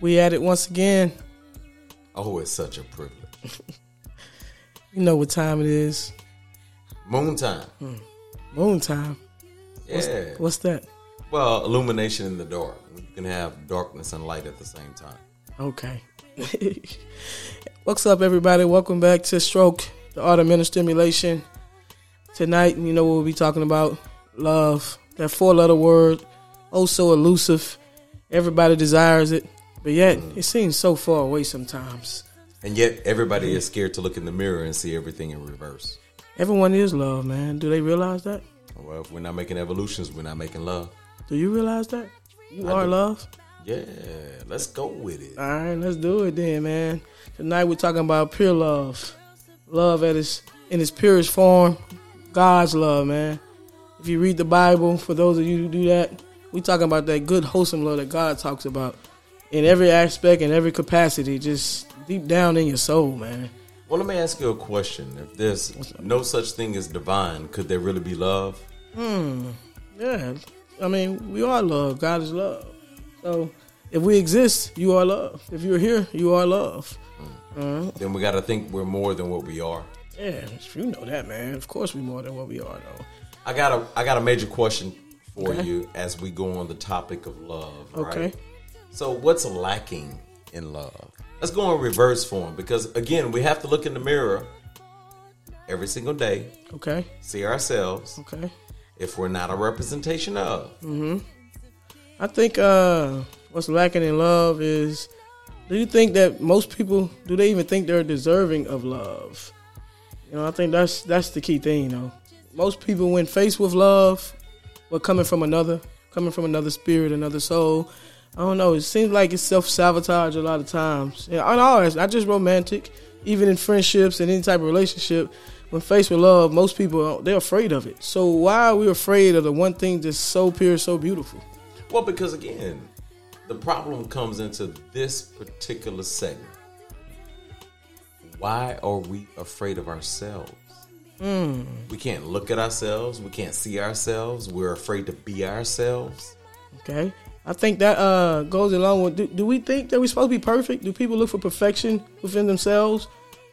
We at it once again. Oh, it's such a privilege. You know what time it is. Moon time. Moon time. Yeah. What's that? Well, illumination in the dark. You can have darkness and light at the same time. Okay. What's up, everybody? Welcome back to Stroke, the Art of Mental Stimulation. Tonight, you know what we'll be talking about love. That four letter word, oh so elusive. Everybody desires it, but yet it seems so far away sometimes. And yet, everybody is scared to look in the mirror and see everything in reverse. Everyone is love, man. Do they realize that? Well, if we're not making evolutions, we're not making love. Do you realize that? You I are do. love? Yeah, let's go with it. All right, let's do it then, man. Tonight we're talking about pure love, love at its in its purest form, God's love, man. If you read the Bible, for those of you who do that, we talking about that good wholesome love that God talks about in every aspect and every capacity, just deep down in your soul, man. Well, let me ask you a question. If there's no such thing as divine, could there really be love? Hmm, Yeah, I mean we are love. God is love. So if we exist, you are love. If you're here, you are love. Then we got to think we're more than what we are. Yeah, you know that, man. Of course, we more than what we are, though. I got a I got a major question for Okay. you as we go on the topic of love. Okay. Right? So what's lacking in love? Let's go in reverse form because again we have to look in the mirror every single day, Okay, see ourselves okay. if we're not a representation of. I think uh, what's lacking in love is do you think that most people do they even think they're deserving of love? You know, I think that's that's the key thing, you know. Most people when faced with love, well coming from another, coming from another spirit, another soul, I don't know, it seems like it's self sabotage a lot of times. And on all it's not just romantic, even in friendships and any type of relationship, when faced with love, most people they're afraid of it. So why are we afraid of the one thing that's so pure, so beautiful? Well, because again, the problem comes into this particular segment. Why are we afraid of ourselves? We can't look at ourselves. We can't see ourselves. We're afraid to be ourselves. Okay. I think that uh, goes along with do, do we think that we're supposed to be perfect? Do people look for perfection within themselves?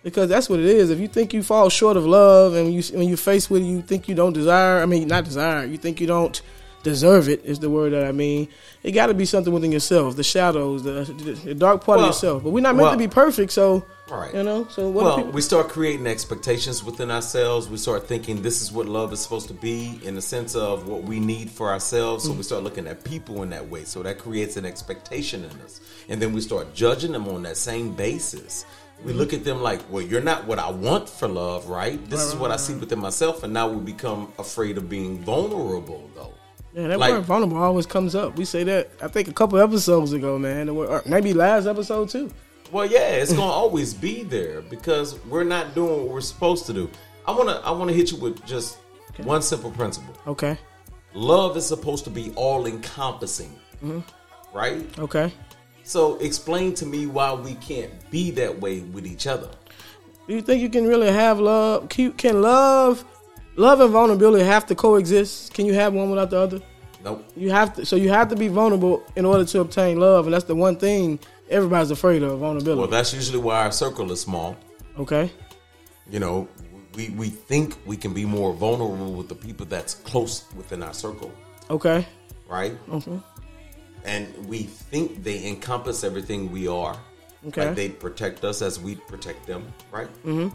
Because that's what it is. If you think you fall short of love and you when you're faced with it, you think you don't desire, I mean, not desire, you think you don't deserve it is the word that I mean. It got to be something within yourself, the shadows, the, the dark part Well, of yourself. But we're not meant well- to be perfect, so Right. you know. So what do well, people, we start creating expectations within ourselves. We start thinking this is what love is supposed to be in the sense of what we need for ourselves. Mm. So we start looking at people in that way. So that creates an expectation in us. And then we start judging them on that same basis. Mm. We look at them like, well, you're not what I want for love, right? This is what I see within myself. And now we become afraid of being vulnerable, though. Yeah, that Like- word vulnerable always comes up. We say that I think a couple episodes ago, man. The word, or maybe last episode too. Well, yeah, it's gonna always be there because we're not doing what we're supposed to do. I wanna, I wanna hit you with just one simple principle. Okay. love is supposed to be all encompassing, right? Okay. So explain to me why we can't be that way with each other. Do you think you can really have love? Can, you- can love, love and vulnerability have to coexist? Can you have one without the other? Nope. You have to. So you have to be vulnerable in order to obtain love, and that's the one thing everybody's afraid of: vulnerability. Well, that's usually why our circle is small. okay. You know, we we think we can be more vulnerable with the people that's close within our circle, Okay. right? And we think they encompass everything we are. Okay. Like they protect us as we protect them, right? Mm-hmm.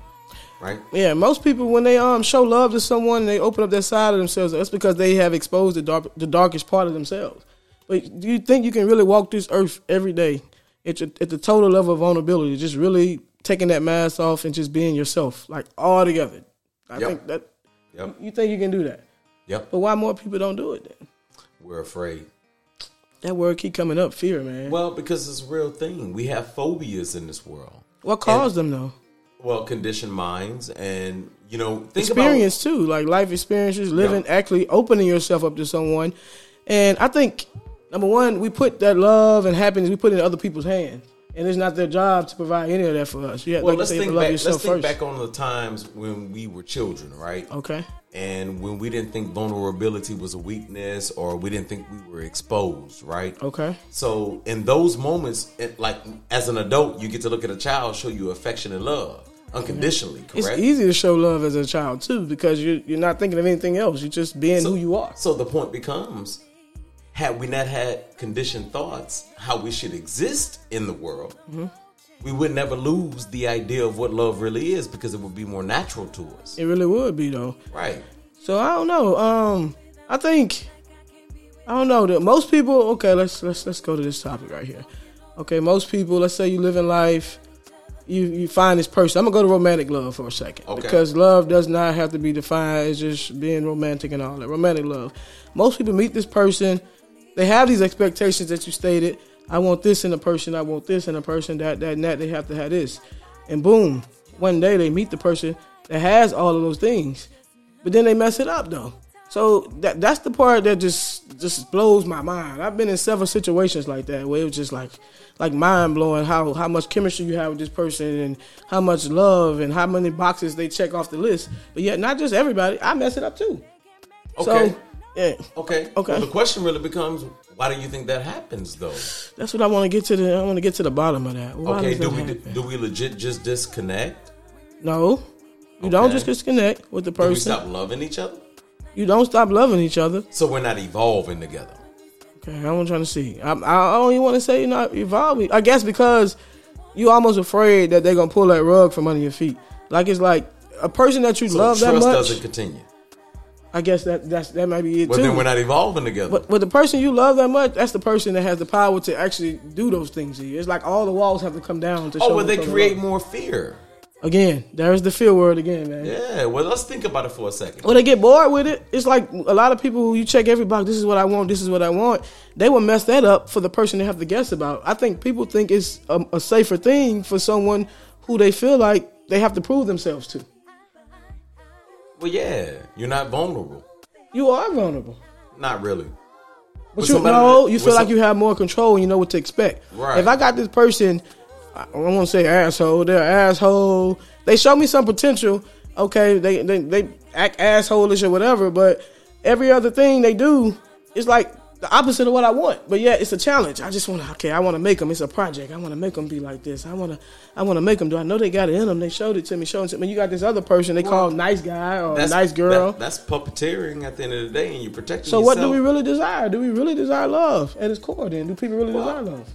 Right. Yeah, most people when they um show love to someone, they open up that side of themselves. That's because they have exposed the dark, the darkest part of themselves. But do you think you can really walk this earth every day at your, at the total level of vulnerability, just really taking that mask off and just being yourself, like all together? I Yep. think that Yep. you think you can do that, Yep. but why more people don't do it? Then We're afraid. that word keep coming up, fear, man. What, Well, because it's a real thing. We have phobias in this world. caused them though? Well, conditioned minds, and you know, think experience too, like life experiences, living, actually opening yourself up to someone. And I think number one, we put that love and happiness we put in other people's hands, and it's not their job to provide any of that for us. Yeah, About, well, like let's you say, think love back. Let's yourself think first. back on the times when we were children, right? Okay, And when we didn't think vulnerability was a weakness or we didn't think we were exposed, right? Okay. So in those moments, it, like as an adult, you get to look at a child show you affection and love unconditionally, It's correct? easy to show love as a child too because you're you're not thinking of anything else. You're just being who you are. So the point becomes had we not had conditioned thoughts how we should exist in the world, Mm-hmm. we would never lose the idea of what love really is because it would be more natural to us. It really would be though. Right. So I don't know. Um, I think I don't know that most people. Okay, let's let's let's go to this topic right here. Okay, most people. Let's say you live in life. You you find this person. I'm gonna go to romantic love for a second Okay. because love does not have to be defined as just being romantic and all that. Romantic love. Most people meet this person. They have these expectations that you stated. I want this in a person. I want this in a person. That that and that. They have to have this, and boom, one day they meet the person that has all of those things but then they mess it up though. So that that's the part that just just blows my mind. I've been in several situations like that where it was just like like mind blowing how how much chemistry you have with this person and how much love and how many boxes they check off the list. But yet not just everybody, I mess it up too. Okay. So yeah, okay. Okay. Well, the question really becomes why do you think that happens though? that's what I want to get to the I want to get to the bottom of that. Why okay, does do that we happen? do we legit just disconnect? No. You don't Okay. just disconnect with the Do we person. stop loving each other? you don't stop loving each other. So we're not evolving together. Okay, I'm trying to see. I, I don't even want to say you're not evolving. I guess because you almost afraid that they're gonna pull that rug from under your feet. Like it's like a person that you So love that trust much. doesn't continue. I guess that that's that might be it Well, too. then we're not evolving together. but but the person you love that much, that's the person that has the power to actually do those things to you. It's like all the walls have to come down to show. oh, well, them they something create wrong. more fear. again. There's the fear word again, man. Yeah. Well, let's think about it for a second. When they get bored with it, it's like a lot of people who you check every box. This is what I want. This is what I want. They will mess that up for the person they have to guess about. I think people think it's a, a safer thing for someone who they feel like they have to prove themselves to. Well, yeah, you're not vulnerable. You are vulnerable, Not really. but With you somebody know that- you with feel like some- you have more control and you know what to expect. Right. If I got this person, I I won't say asshole. They're an asshole. They show me some potential. Okay, they they they act assholeish or whatever, but every other thing they do is like the opposite of what I want. But yeah, it's a challenge. I just want to. Okay, I want to make them. It's a project. I want to make them be like this. I want to. I want to make them. Do I know they got it in them? They showed it to me. Showed it to me. You got this other person. They call nice guy or nice girl. that- that's puppeteering at the end of the day, and you're protecting So what do we yourself. really desire? Do we really desire love at its core? Then do people really desire love?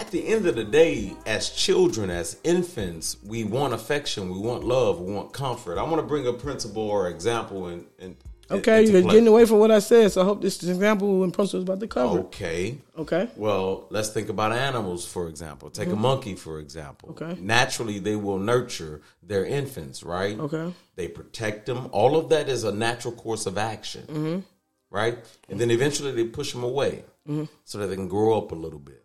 At the end of the day, as children, as infants, we want affection, we want love, we want comfort. I want to bring a principle or example and. and Okay, into you're play. getting away from what I said. So I hope this example and principle is about to cover. it. Okay. Oh. Okay, Well, let's think about animals, for example. Take a monkey, for example. Mm-hmm. Okay. Naturally, they will nurture their infants, right? Okay. They protect them. All of that is a natural course of action, mm-hmm. right? And then eventually they push them away so that they can grow up a little bit.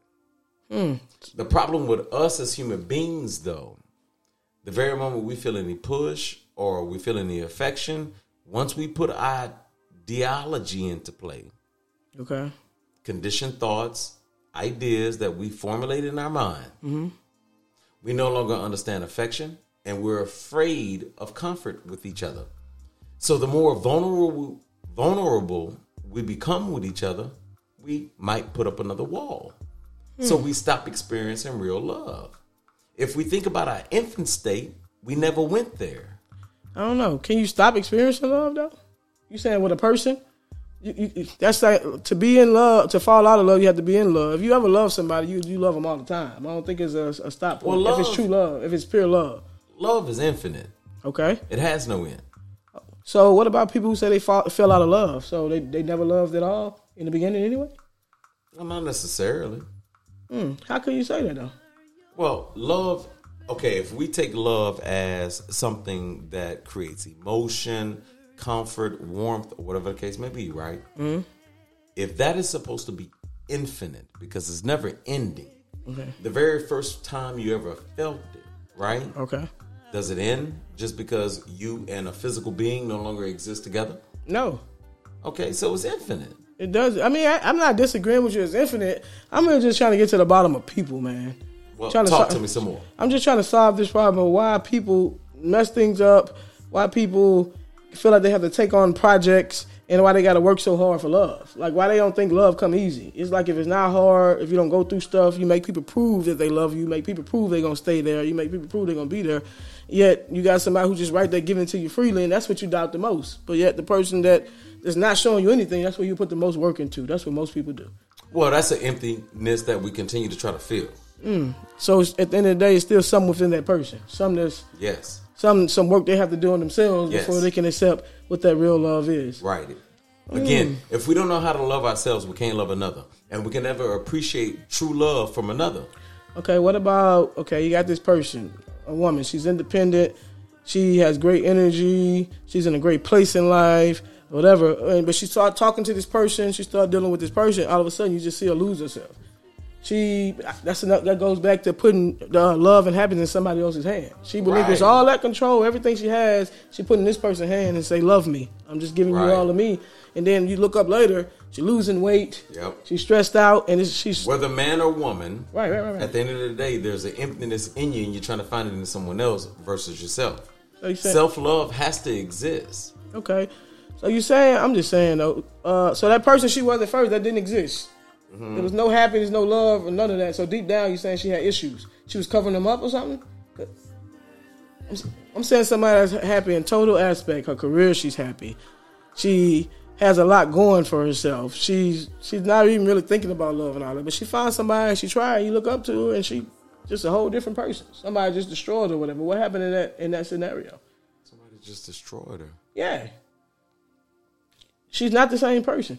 The problem with us as human beings, though, the very moment we feel any push or we feel any affection, once we put our ideology into play, okay, conditioned thoughts, ideas that we formulate in our mind. We no longer understand affection and we're afraid of comfort with each other. So the more vulnerable vulnerable we become with each other, we might put up another wall. So we stop experiencing real love. If we think about our infant state, we never went there. I don't know. Can you stop experiencing love though? You saying with a person? You, you, that's like to be in love, to fall out of love, you have to be in love. If you ever love somebody, you you love them all the time. I don't think it's a, a stop point. Well, if it's love- true love, if it's pure love, Love is infinite. okay. It has no end. So what about people who say they fall, fell out of love? So they, they never loved at all in the beginning anyway. Well, Not necessarily. Hmm. How can you say that though? Well, love. Okay, if we take love as something that creates emotion, comfort, warmth, or whatever the case may be, right? Mm-hmm. If that is supposed to be infinite because it's never ending, Okay. the very first time you ever felt it, right? Okay. Does it end just because you and a physical being no longer exist together? No, Okay, so it's infinite. it does. I mean, I, I'm not disagreeing with you. It's infinite. I'm really just trying to get to the bottom of people, man. Well, Trying to talk so- to me some more. I'm just trying to solve this problem of why people mess things up, why people feel like they have to take on projects and why they got to work so hard for love. Like why they don't think love come easy. It's like if it's not hard, if you don't go through stuff, you make people prove that they love you. You make people prove they're gonna stay there. You make people prove they're gonna be there. Yet you got somebody who just right there giving to you freely, and that's what you doubt the most. But yet the person that is not showing you anything, that's what you put the most work into. That's what most people do. Well, that's an emptiness that we continue to try to fill. So it's, at the end of the day, it's still some within that person. Some that's Yes, some some work they have to do on themselves Yes. before they can accept what that real love is. right. Again, if we don't know how to love ourselves, we can't love another, and we can never appreciate true love from another. Okay, what about okay, you got this person, a woman, she's independent, she has great energy, she's in a great place in life, whatever. and- But she started talking to this person, she started dealing with this person, all of a sudden you just see her lose herself. She that's enough, that goes back to putting the love and happiness in somebody else's hand. She relinquished Right. all that control, everything she has, she put in this person's hand and say, Love me. I'm just giving Right. you all of me. And then you look up later, she losing weight, Yep. she's stressed out and it's, she's Whether man or woman, Right, right, right, right. at the end of the day, there's an emptiness in you, and you're trying to find it in someone else versus yourself. So you said- Self love has to exist. Okay. So you saying I'm just saying though. Uh, so that person she was at first that didn't exist. There was no happiness, no love, or none of that. So deep down, you saying she had issues. She was covering them up or something. I'm, s- I'm saying somebody that's happy in total aspect. Her career, she's happy. She has a lot going for herself. She's she's not even really thinking about love and all that. But she finds somebody she tries, you look up to, her, and she just a whole different person. Somebody just destroyed her, whatever. What happened in that in that scenario? Somebody just destroyed her. Yeah. She's not the same person.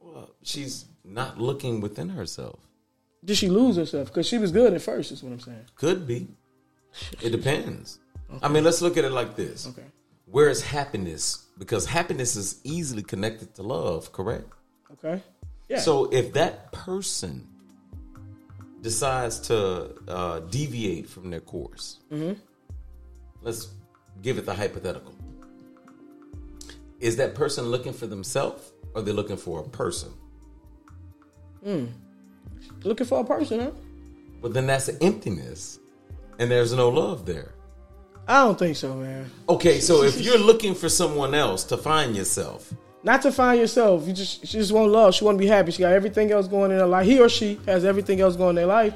Well, she's not looking within herself. Did she lose herself? Because she was good at first, is what I'm saying. Could be. It depends. I mean, let's look at it like this. Okay. Where is happiness? Because happiness is easily connected to love, correct? Okay. Yeah. So if that person decides to uh, deviate from their course, Mm-hmm. let's give it the hypothetical. Is that person looking for themselves or are they looking for a person? looking for a person, huh? But then that's emptiness and there's no love there. I don't think so, man. Okay, so if you're looking for someone else to find yourself, Not to find yourself. You just she just want love. She want to be happy. She got everything else going in her life. He or she has everything else going in their life.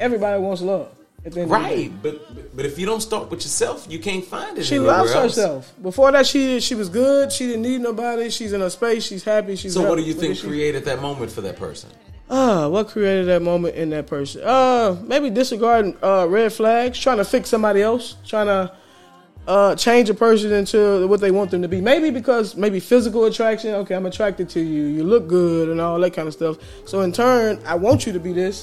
Everybody wants love. At the end of the day. right? But but if you don't start with yourself, you can't find it. She anywhere loves else. herself. Before that, she she was good. She didn't need nobody. She's in her space. She's happy. She's So what do happy. you think she- created that moment for that person? Ah, what created that moment in that person? Uh, maybe disregarding uh, red flags, trying to fix somebody else, trying to uh, change a person into what they want them to be. Maybe because maybe physical attraction. Okay, I'm attracted to you. You look good and all that kind of stuff. So in turn, I want you to be this.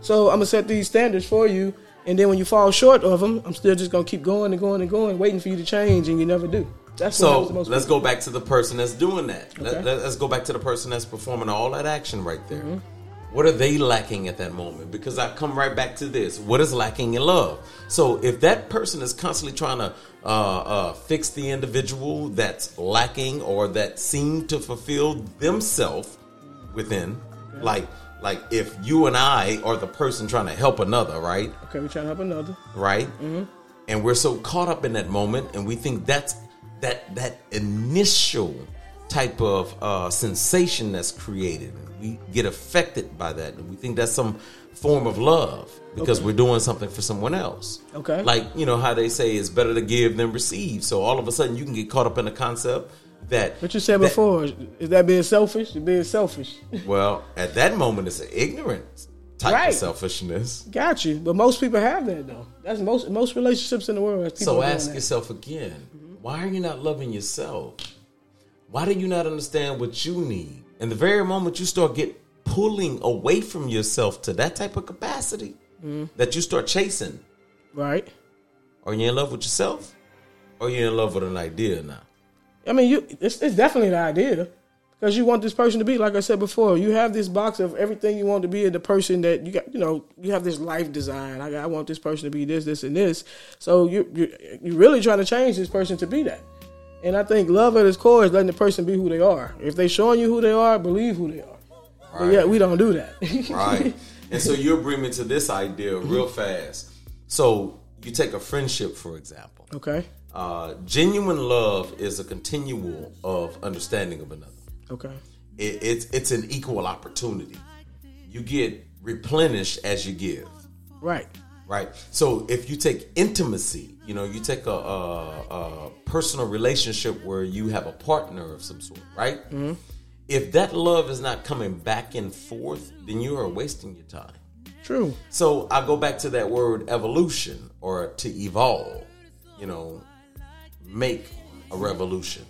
So I'm gonna set these standards for you. And then when you fall short of them, I'm still just gonna keep going and going and going, waiting for you to change, and you never do. That's what So happens to most let's go back to the person that's doing that. Let, Okay. let, us go back to the person that's performing all that action right there. Mm-hmm. What are they lacking at that moment? Because I come right back to this. What is lacking in love? So if that person is constantly trying to uh, uh, fix the individual that's lacking or that seemed to fulfill themselves within, like like if you and I are the person trying to help another, right? people. Okay, we're trying to help another. right? Mm-hmm. And we're so caught up in that moment, and we think that's that that initial type of uh, sensation that's created. We get affected by that, and we think that's some form of love because we're doing something for someone else. Okay. like you know how they say it's better to give than receive. So all of a sudden, you can get caught up in the concept that What you said that- before is- is that being selfish? You're being selfish. Well, at that moment, it's an ignorance type Right. of selfishness. Got you, but most people have that though. That's most most relationships in the world. has people So doing Mm-hmm. ask that. yourself again, why are you not loving yourself? Why do you not understand what you need? And the very moment you start get pulling away from yourself to that type of capacity Mm. that you start chasing, right? are you in love with yourself? Or you in love with an idea now? I mean, you it's, it's definitely the idea because you want this person to be like I said before. You have this box of everything you want to be, and the person that you got, you know, you have this life design. I, got- I want this person to be this, this, and this. So you you you're really trying to change this person to be that. And I think love at its core is letting the person be who they are. If they showing you who they are, believe who they are. But Right. yeah, we don't do that. Right. and so you'll bring Mm-hmm. me to this idea real fast. So you take a friendship, for example. okay. Uh, genuine love is a continual of understanding of another. Okay. It, it's it's an equal opportunity. You get replenished as you give, Right. right? So if you take intimacy, you know, you take a, a, a personal relationship where you have a partner of some sort, right? If that love is not coming back and forth, then you are wasting your time. True. So I go back to that word evolution or to evolve, you know, make a revolution.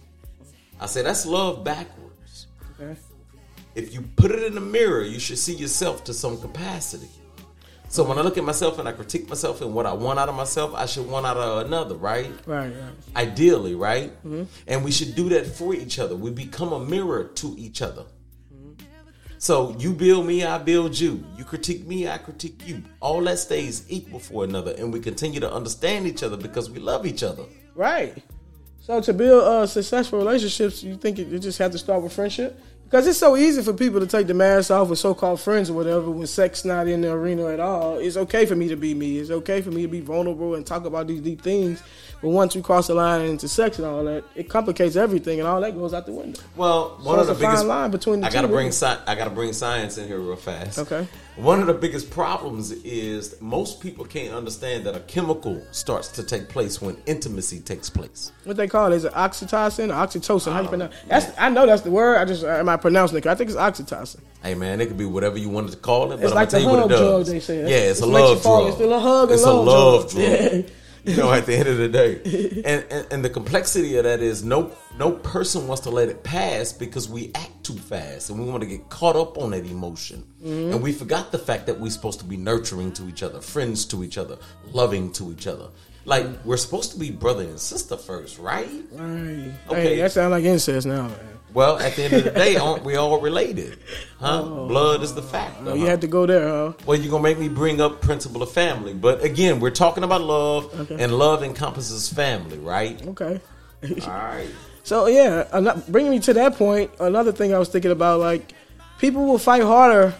I say that's love backwards. Okay. If you put it in the mirror, you should see yourself to some capacity. So when I look at myself and I critique myself and what I want out of myself, I should want out of another, right? Right. Right. Ideally, right? Mm-hmm. And we should do that for each other. We become a mirror to each other. Mm-hmm. So you build me, I build you. You critique me, I critique you. All that stays equal for another, and we continue to understand each other because we love each other. Right. So to build uh, successful relationships, you think it, you just have to start with friendship because it's so easy for people to take the mask off with so-called friends or whatever. When sex not in the arena at all, it's okay for me to be me. It's okay for me to be vulnerable and talk about these deep things. But once we cross the line into sex and all that, it complicates everything, and all that goes out the window. Well, one of it's the a fine biggest line between the I gotta two, bring really. sci- I gotta bring science in here real fast. Okay. One of the biggest problems is most people can't understand that a chemical starts to take place when intimacy takes place. What they call it is it oxytocin, or oxytocin. How you pronounce? That's I know that's the word. I just am I pronouncing it? correct? I think it's oxytocin. Hey man, it could be whatever you wanted to call it, but It's I'm like gonna the tell you what it hug drug does. they say. Yeah, it's It a makes you love fall. drug. It's still a hug and It's a love love drug. drug. You know, at the end of the day, and, and and the complexity of that is no no person wants to let it pass because we act too fast and we want to get caught up on that emotion, Mm-hmm. and we forgot the fact that we're supposed to be nurturing to each other, friends to each other, loving to each other. Like we're supposed to be brother and sister first, right? Right. Okay. Hey, that sounds like incest now, man. Well, at the end of the day, aren't we all related? Huh? Blood is the factor. Oh. You huh? had to go there, huh? Well, you're gonna make me bring up principle of family, but again, we're talking about love, and love encompasses family, right? Okay. All right. So yeah, ano- bringing me to that point, another thing I was thinking about, like people will fight harder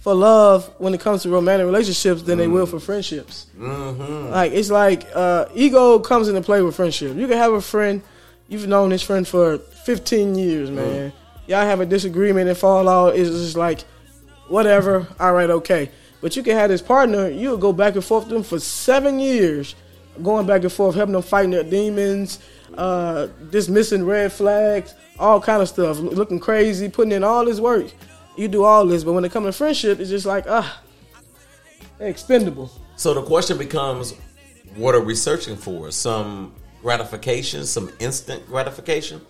for love when it comes to romantic relationships than they will for friendships. Mm-hmm. Like it's like uh, ego comes into play with friendship. You can have a friend, you've known this friend for 15 years, man. Y'all have a disagreement and fall out. It's just like whatever. All right, okay. But you can have this partner. You'll go back and forth with them for seven years, going back and forth, helping them fighting their demons, uh, dismissing red flags, all kind of stuff, loo- looking crazy, putting in all this work. You do all this, but when it comes to friendship, it's just like ah, they're expendable. So the question becomes, what are we searching for? Some gratification, some instant gratification.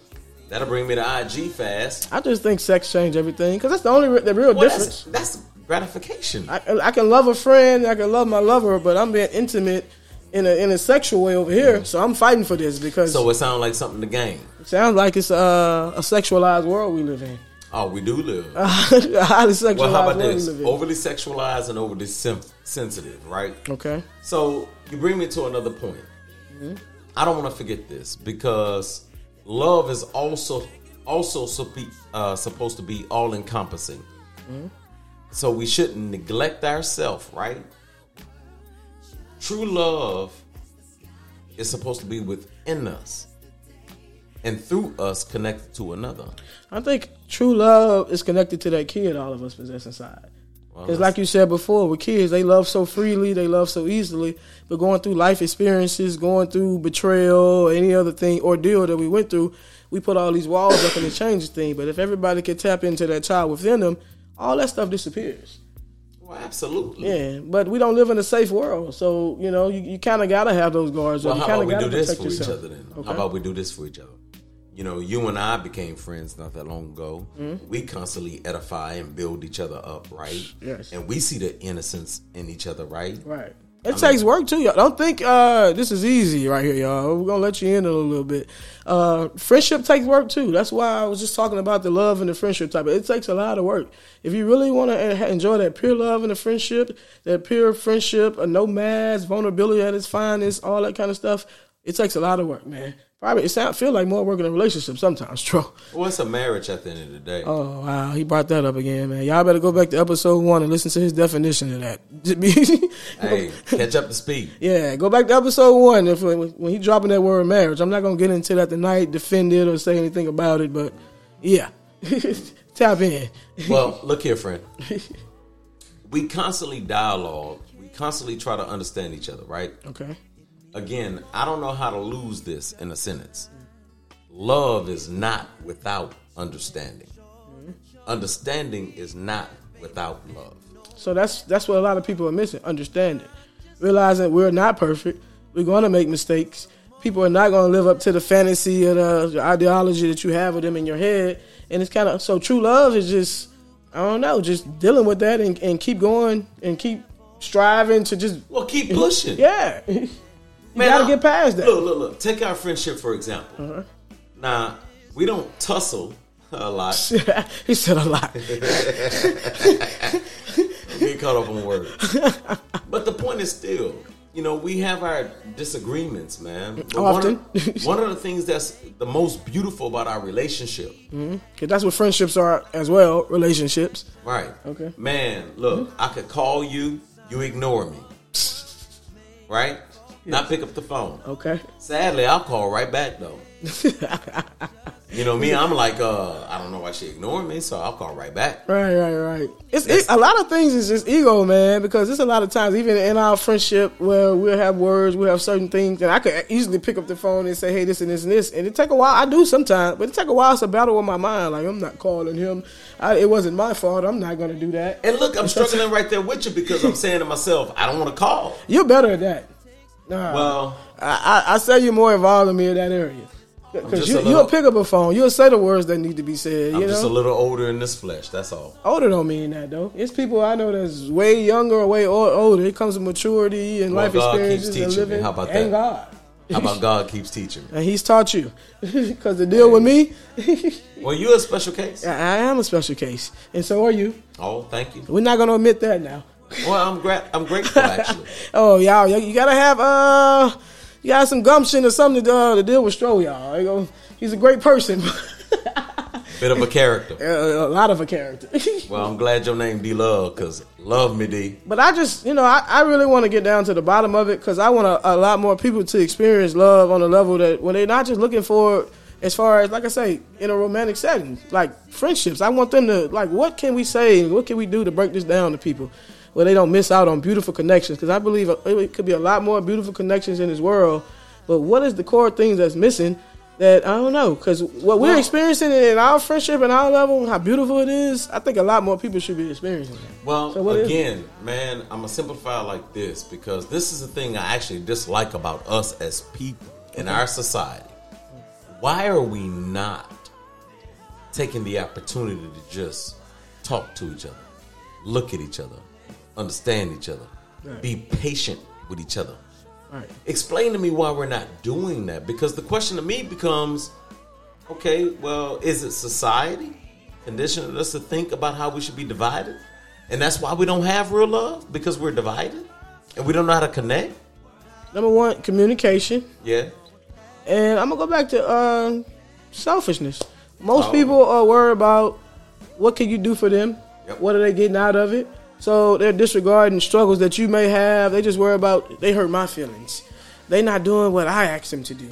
That'll bring me to IG fast. I just think sex changed everything because that's the only re- the real Well, difference. that's, that's gratification. I, I can love a friend, I can love my lover, but I'm being intimate in a in a sexual way over here, so I'm fighting for this because So it sounds like something to gain. Sounds like it's uh, a sexualized world we live in. Oh, we do live. A Highly sexualized well, how about world this? we live in. Overly sexualized and overly sen- sensitive, right? okay. So you bring me to another point. I don't want to forget this because love is also also supe- uh, supposed to be all encompassing. So we shouldn't neglect ourselves, right? True love is supposed to be within us and through us connected to another. I think true love is connected to that kid all of us possess inside. Well, Because, like you said before, with kids, they love so freely, they love so easily. But going through life experiences, going through betrayal, or any other thing, ordeal that we went through, we put all these walls up and it changes things. But if everybody could tap into that child within them, all that stuff disappears. well, absolutely. Yeah, but we don't live in a safe world, so you know you, you kind of gotta have those guards. Well, up. You how kinda about we gotta do this protect for each yourself. other then? Okay. How about we do this for each other? You know, you and I became friends not that long ago. Mm-hmm. We constantly edify and build each other up, right? Yes. And we see the innocence in each other, right? Right. It takes work too, y'all. Don't think uh, this is easy right here, y'all. We're gonna let you in a little bit. Uh, friendship takes work too. That's why I was just talking about the love and the friendship type. It takes a lot of work. If you really want to enjoy that pure love and the friendship, that pure friendship, a nomads, vulnerability at its finest, all that kind of stuff, it takes a lot of work, man. Probably it sound feel like more work in a relationship sometimes, Tro. Well, it's a marriage at the end of the day. Oh wow, he brought that up again, man. Y'all better go back to episode one and listen to his definition of that. hey, catch up to speed. yeah, go back to episode one if when he dropping that word marriage. I'm not gonna get into that tonight, defend it or say anything about it, but yeah, tap in. Well, look here, friend. We constantly dialogue. We constantly try to understand each other, right? Okay, Again, I don't know how to lose this in a sentence. Love is not without understanding. Understanding is not without love. so that's that's what a lot of people are missing: understanding, realizing we're not perfect, we're gonna make mistakes. People are not gonna live up to the fantasy or the, the ideology that you have of them in your head, and it's kind of so true love is just I don't know, just dealing with that and, and keep going and keep striving to just Well, keep pushing. yeah. you Man, gotta I- get past that. Uh-huh. Look, look, look. Take our friendship for example. Now, we don't tussle a lot. he said a lot. Get caught up on words. but the point is still, you know, we have our disagreements, man. But One Often. of, one of the things that's the most beautiful about our relationship, 'Cause that's what friendships are as well, relationships. right? Okay. Hmm? Man, look, I could call you, you ignore me, right? Not pick up the phone. Okay. Sadly, I'll call right back though. you know me, I'm like, uh, I don't know why she ignored me, so I'll call right back. Right, right, right. It's it, a lot of things is just ego, man, because it's a lot of times even in our friendship where we'll have words, we'll have certain things, and I could easily pick up the phone and say, Hey, this and this and this and it take a while. I do sometimes, but it take a while, it's a battle with my mind. Like I'm not calling him. I, it wasn't my fault, I'm not gonna do that. And look, I'm struggling right there with you because I'm saying to myself, I don't want to call. You're better at that. Nah. Well, I, I, I say you're more involved than me in that area. Because just you, a little- you'll pick up a phone, you'll say the words that need to be said. I'm you know, just a little older in this flesh. That's all. older don't mean that though. It's people I know that's way younger or way o- older. It comes with maturity and Well, life God keeps experiences and teaching me. living. How about and that? God, How about God keeps teaching me? and He's taught you. Because the deal with me, Well, you're a special case. I I am a special case, and so are you. Oh, thank you. We're not gonna admit that now. Well, I'm gra- I'm grateful actually. Oh, y'all, y- you gotta have uh, you got some gumption or something to, uh, to deal with Stro, y'all. You know, He's a great person, Bit of a character. a lot of a character. Well, I'm glad your name D Love because love me D. But I just, you know, I, I really want to get down to the bottom of it because I want a, a lot more people to experience love on a level that when they're not just looking for, as far as, like I say, in a romantic setting, like friendships. I want them to, like, what can we say? and What can we do to break this down to people where they don't miss out on beautiful connections? Because I believe it could be a lot more beautiful connections in this world. But what is the core things that's missing that I don't know? Because what we're Well- experiencing in our friendship and our level, how beautiful it is, I think a lot more people should be experiencing that. Well, So what is again, man, I'm gonna simplify like this because this is the thing I actually dislike about us as people in our society. Why are we not taking the opportunity to just talk to each other, look at each other, understand each other, Right. be patient with each other? All right. Explain to me why we're not doing that because the question to me becomes okay, well, is it society conditioning us to think about how we should be divided? And that's why we don't have real love because we're divided and we don't know how to connect? Number one, communication. Yeah. And I'm gonna go back to uh, selfishness. Most Oh. people are worried about what can you do for them, Yep. what are they getting out of it. So they're disregarding struggles that you may have. They just worry about they hurt my feelings. They not doing what I asked them to do.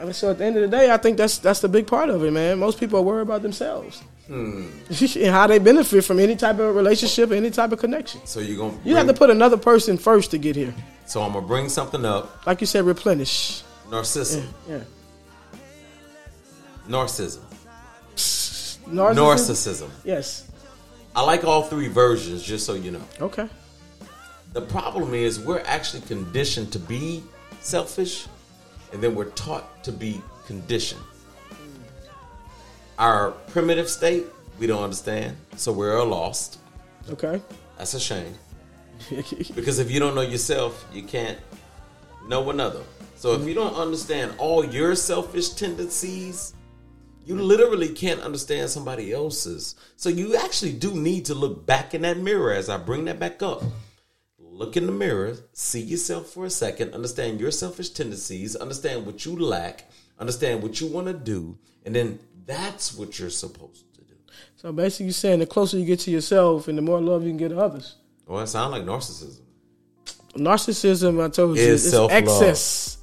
I mean, so at the end of the day, I think that's that's the big part of it, man. Most people are worried about themselves Hmm. and how they benefit from any type of relationship, any type of connection. So you're going You have to put another person first to get here, So I'm going to bring something up. like you said, replenish. Narcissism. Yeah, Narcissism. narcissism. Narcissism. Yes. I like all three versions just so you know. Okay. The problem is we're actually conditioned to be selfish, and then we're taught to be conditioned. Our primitive state, we don't understand, so we're lost. Okay. That's a shame. Because if you don't know yourself, you can't know another. So if you don't understand all your selfish tendencies, you literally can't understand somebody else's. So you actually do need to look back in that mirror as I bring that back up. Look in the mirror, see yourself for a second, understand your selfish tendencies, understand what you lack, Understand what you want to do, and then that's what you're supposed to do. So basically, you're saying the closer you get to yourself, and the more love you can get to others. Well, Oh, that sounds like narcissism. Narcissism, I told you, Is is self-love. excess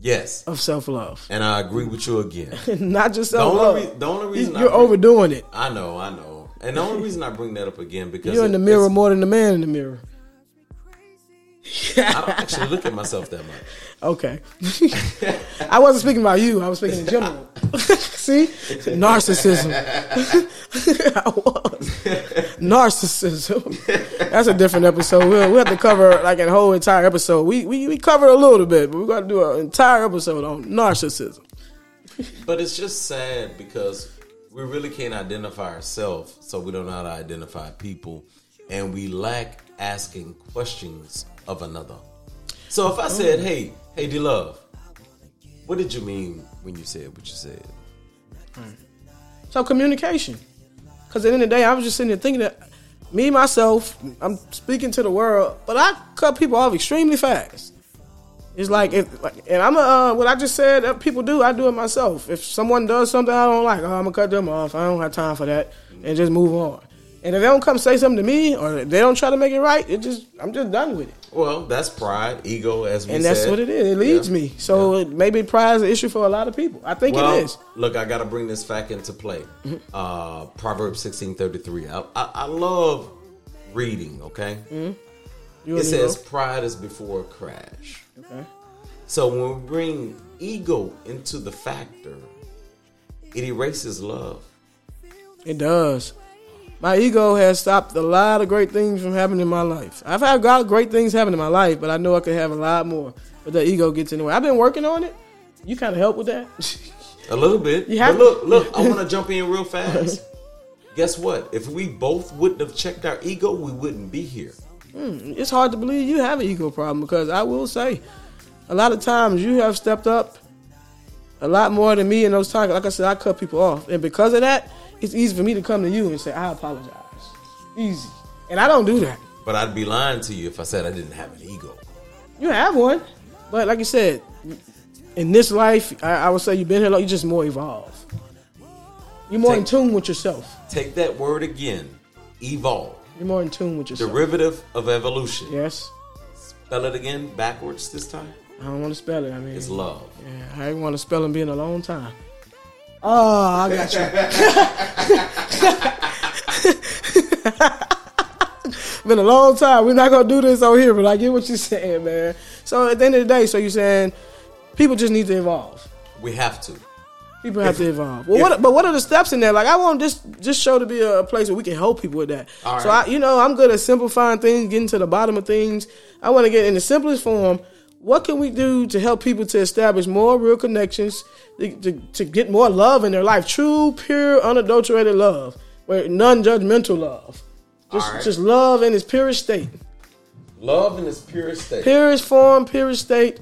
Yes, of self love, and I agree with you again. not just The self only, re- love. the only reason Oh, You're I bring- overdoing it. I know, I know, and the only reason I bring that up again because You're in the it- mirror it's- more than the man in the mirror. I don't actually look at myself that much. Okay. I wasn't speaking about you. I was speaking in general. See? Narcissism. I was. Narcissism. That's a different episode. We'll, we'll have to cover like a whole entire episode. We, we, we covered a little bit, but we're going to do an entire episode on narcissism. But it's just sad because we really can't identify ourselves, so we don't know how to identify people, and we lack asking questions of another. So if I Oh. said, "Hey, hey, D Love, what did you mean when you said what you said?" So communication. Because at the end of the day, I was just sitting there thinking that me, myself, I'm speaking to the world, but I cut people off extremely fast. It's like, if, like and I'm a, uh, what I just said that people do, I do it myself. If someone does something I don't like, oh, I'm going to cut them off. I don't have time for that. And just move on. And if they don't come say something to me or they don't try to make it right, it just, I'm just done with it. Well, that's pride, ego, as we And that's said. what it is. It leads Yeah. me. So it, maybe pride is an issue for a lot of people. I think Well, it is. look, I got to bring this fact into play. Uh, Proverbs sixteen thirty three. I, I, I love reading. Okay, You it already says know. pride is before a crash. Okay. So when we bring ego into the factor, it erases love. It does. My ego has stopped a lot of great things from happening in my life. I've had a lot of great things happen in my life, but I know I could have a lot more. But the ego gets in the way. I've been working on it. You kind of help with that. A little bit. You have- but look, look, I want to jump in real fast. Guess what? If we both wouldn't have checked our ego, we wouldn't be here. it's hard to believe you have an ego problem because I will say, a lot of times you have stepped up a lot more than me in those times. Like I said, I cut people off, and because of that, it's easy for me to come to you and say I apologize. Easy, and I don't do that. But I'd be lying to you if I said I didn't have an ego. You have one, but like you said, in this life, I, I would say you've been here. Long, you just more evolved. You're more in Take- tune with yourself. Take that word again. Evolve. You're more in tune with yourself. Derivative of evolution. yes, Spell it again backwards this time. I don't want to spell it. I mean, It's love. yeah, I ain't want to spell and be in a long time. Oh, I got you. been a long time. We're not gonna do this on here, but I get what you're saying, man. So at the end of the day, so you're saying people just need to evolve. We have to. People have to evolve. Well, what, but what are the steps in there? Like, I want this this show to be a place where we can help people with that. All So, I, right. you know, I'm good at simplifying things, getting to the bottom of things. I want to get in the simplest form. What can we do to help people to establish more real connections, to, to, to get more love in their life, true, pure, unadulterated love, where non-judgmental love, just All right. just love in its purest state, Love in its purest state. purest form, purest state.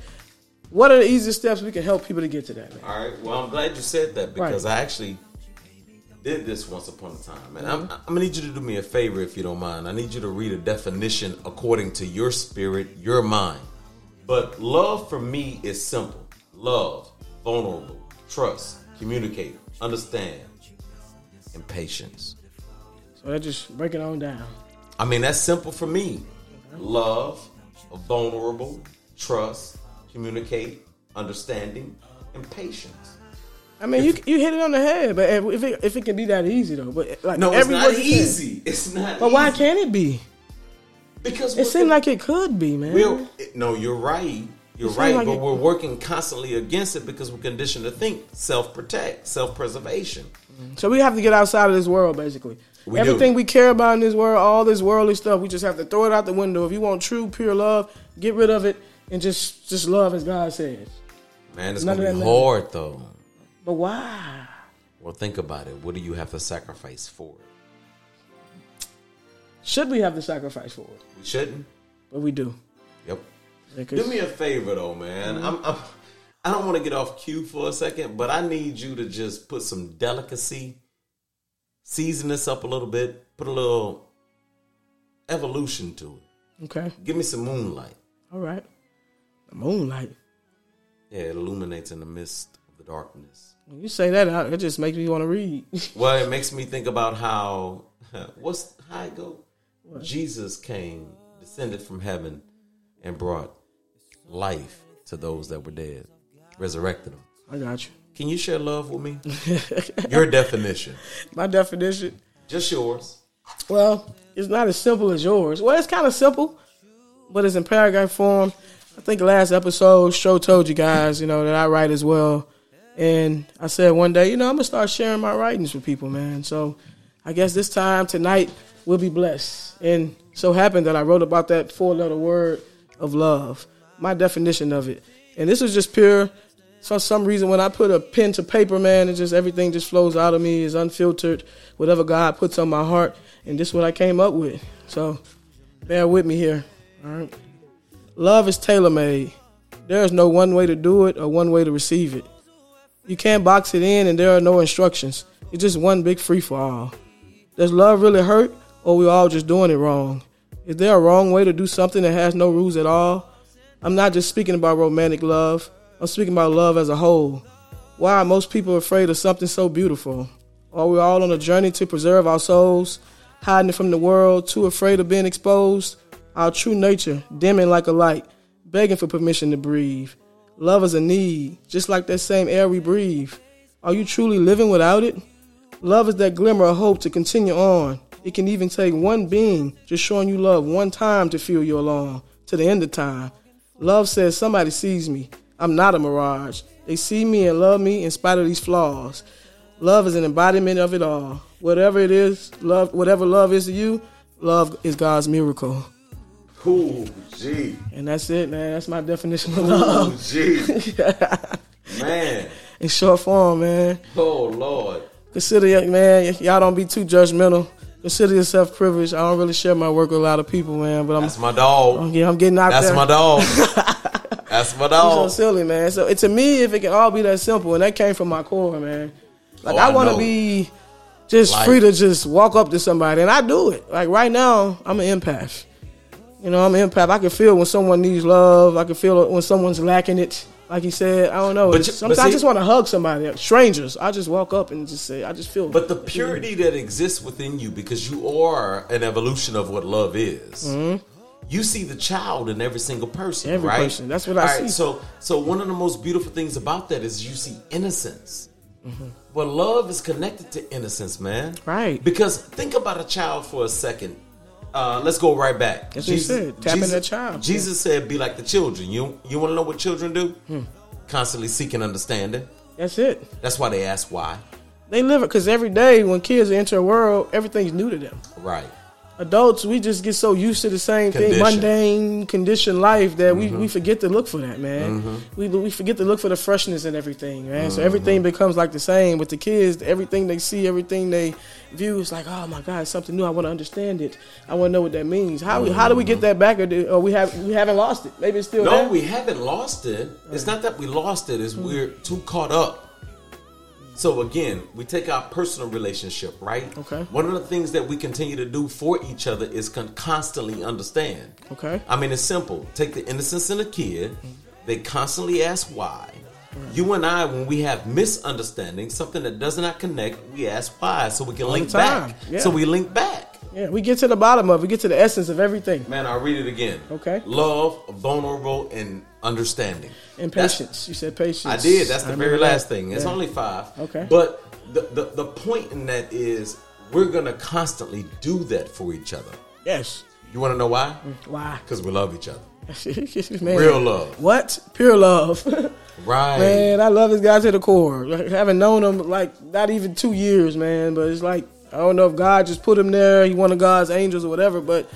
What are the easiest steps we can help people to get to that? Man? All right. Well, I'm glad you said that because I actually did this once upon a time, and I'm, I'm gonna need you to do me a favor if you don't mind. I need you to read a definition according to your spirit, your mind. But love for me is simple: love, vulnerable, trust, communicate, understand, and patience. So that just break it on down. I mean, that's simple for me. Love, vulnerable, trust, communicate, understanding, and patience. I mean, you you hit it on the head, but if it, if it can be that easy though, but like No, it's every not word you said. easy. It's not. But why easy. can't it be? Because It we're seemed like it could be, man. we're no. You're right. You're seemed right. like but it- we're working constantly against it because we're conditioned to think self protect, self preservation. so we have to get outside of this world, basically. We Everything do. we care about in this world, all this worldly stuff, we just have to throw it out the window. If you want true, pure love, get rid of it and just just love as God says. Man, it's None gonna of be that hard though. But why? Well, think about it. What do you have to sacrifice for it? Should we have to sacrifice for it? We shouldn't. But we do. Yep. Because- Do me a favor though, man. I'm. I'm I don't want to get off cue for a second, but I need you to just put some delicacy, season this up a little bit, put a little evolution to it. okay. Give me some moonlight. All right. The moonlight. Yeah, it illuminates in the midst of the darkness. When you say that out, it just makes me want to read. Well, it makes me think about how what's how it go? Jesus came, descended from heaven, and brought life to those that were dead, resurrected them. I got you. Can you share love with me? Your definition, My definition. just yours. Well, it's not as simple as yours. Well, it's kind of simple, but it's in paragraph form. I think last episode, show told you guys, you know, that I write as well. And I said one day, you know, I'm going to start sharing my writings with people, man. So I guess this time tonight, we'll be blessed. And so happened that I wrote about that four letter word of love, my definition of it. And this was just pure for some reason when I put a pen to paper, man, it just everything just flows out of me. It's unfiltered. Whatever God puts on my heart, and this is what I came up with. So bear with me here. All right. Love is tailor made. There is no one way to do it or one way to receive it. You can't box it in and there are no instructions. It's just one big free for all. Does love really hurt or we all just doing it wrong? Is there a wrong way to do something that has no rules at all? I'm not just speaking about romantic love. I'm speaking about love as a whole. Why are most people afraid of something so beautiful? Are we all on a journey to preserve our souls, hiding from the world, too afraid of being exposed? Our true nature, dimming like a light, begging for permission to breathe. Love is a need, just like that same air we breathe. Are you truly living without it? Love is that glimmer of hope to continue on. It can even take one being just showing you love one time to feel your alarm, to the end of time. Love says somebody sees me. I'm not a mirage. They see me and love me in spite of these flaws. Love is an embodiment of it all. Whatever it is, love whatever love is to you, love is God's miracle. Ooh, gee, And that's it, man. That's my definition of love. gee, man. In short form, man. Oh Lord. consider y- man, y- y'all don't be too judgmental. Consider yourself privileged. I don't really share my work with a lot of people, man, but I'm That's my dog. yeah, I'm getting out That's there. my dog. That's my It's so dog. silly, man. So it, to me, if it can all be that simple, and that came from my core, man. Like Oh, I I want to know. be just Life. free to just walk up to somebody, and I do it. Like right now, I'm an empath. You know, I'm an empath. I can feel when someone needs love. I can feel when someone's lacking it. Like he said, I don't know. But It's- you- but sometimes I see- just want to hug somebody, strangers. I just walk up and just say, I just feel. But the purity that exists within you, because you are an evolution of what love is. You see the child in every single person, Mm-hmm. Every right? person. That's what I see. so, so one of the most beautiful things about that is you see innocence. Well, love is connected to innocence, man. Mm-hmm. Right. Because think about a child for a second. Uh, let's go right back. That's what he said, tap in that child. Jesus said, "Be like the children." You you want to know what children do? Hmm. Constantly seeking understanding. That's it. That's why they ask why. They live it because every day when kids enter a world, everything's new to them. Right. Adults, we just get so used to the same thing, Condition. Mm-hmm. mundane, conditioned life that we, we forget to look for that, man. We, we forget to look for the freshness and everything, man. Mm-hmm. So everything becomes like the same. With the kids, everything they see, everything they view is like, oh my God, it's something new. I want to understand it. I want to know what that means. How, we how do we get that back or, do, or we, have, we haven't lost it? Maybe it's still Mm-hmm. No, there. we haven't lost it. It's not that we lost it, it's Mm. we're too caught up. So again, we take our personal relationship, right? Okay. One of the things that we continue to do for each other is con- constantly understand. Okay. I mean, it's simple. Take the innocence in a kid. They constantly ask why. Mm. You and I, when we have misunderstandings, something that does not connect, we ask why, so we can link time, back. yeah. So we link back. Yeah, we get to the bottom of it. We get to the essence of everything. Man, I'll read it again. Okay. Love, vulnerable, and understanding. And That's- patience. You said patience. I did. That's I the remember very last that. thing. It's Yeah. only five. Okay. But the, the the point in that is we're gonna constantly do that for each other. Yes. You want to know why? Mm. Why? Because we love each other. Man. Real love. What? Pure love. Right. man, I love this guy to the core. Like, haven't known him like not even two years, man. But it's like I don't know if God just put him there. He one of God's angels or whatever. But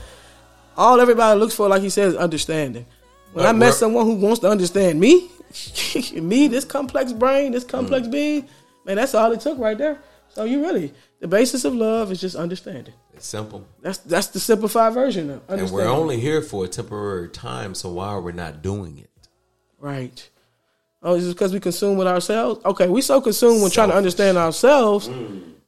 all everybody looks for, like he says, understanding. When But I met we're- someone who wants to understand me, me, this complex brain, this complex Mm. being, man, that's all it took right there. So you really the basis of love is just understanding. It's simple. That's that's the simplified version of And we're understanding. only here for a temporary time, so why are we not doing it? right. Oh, is it because we consume with ourselves? Okay, we so consumed with trying to Selfish. Mm. understand ourselves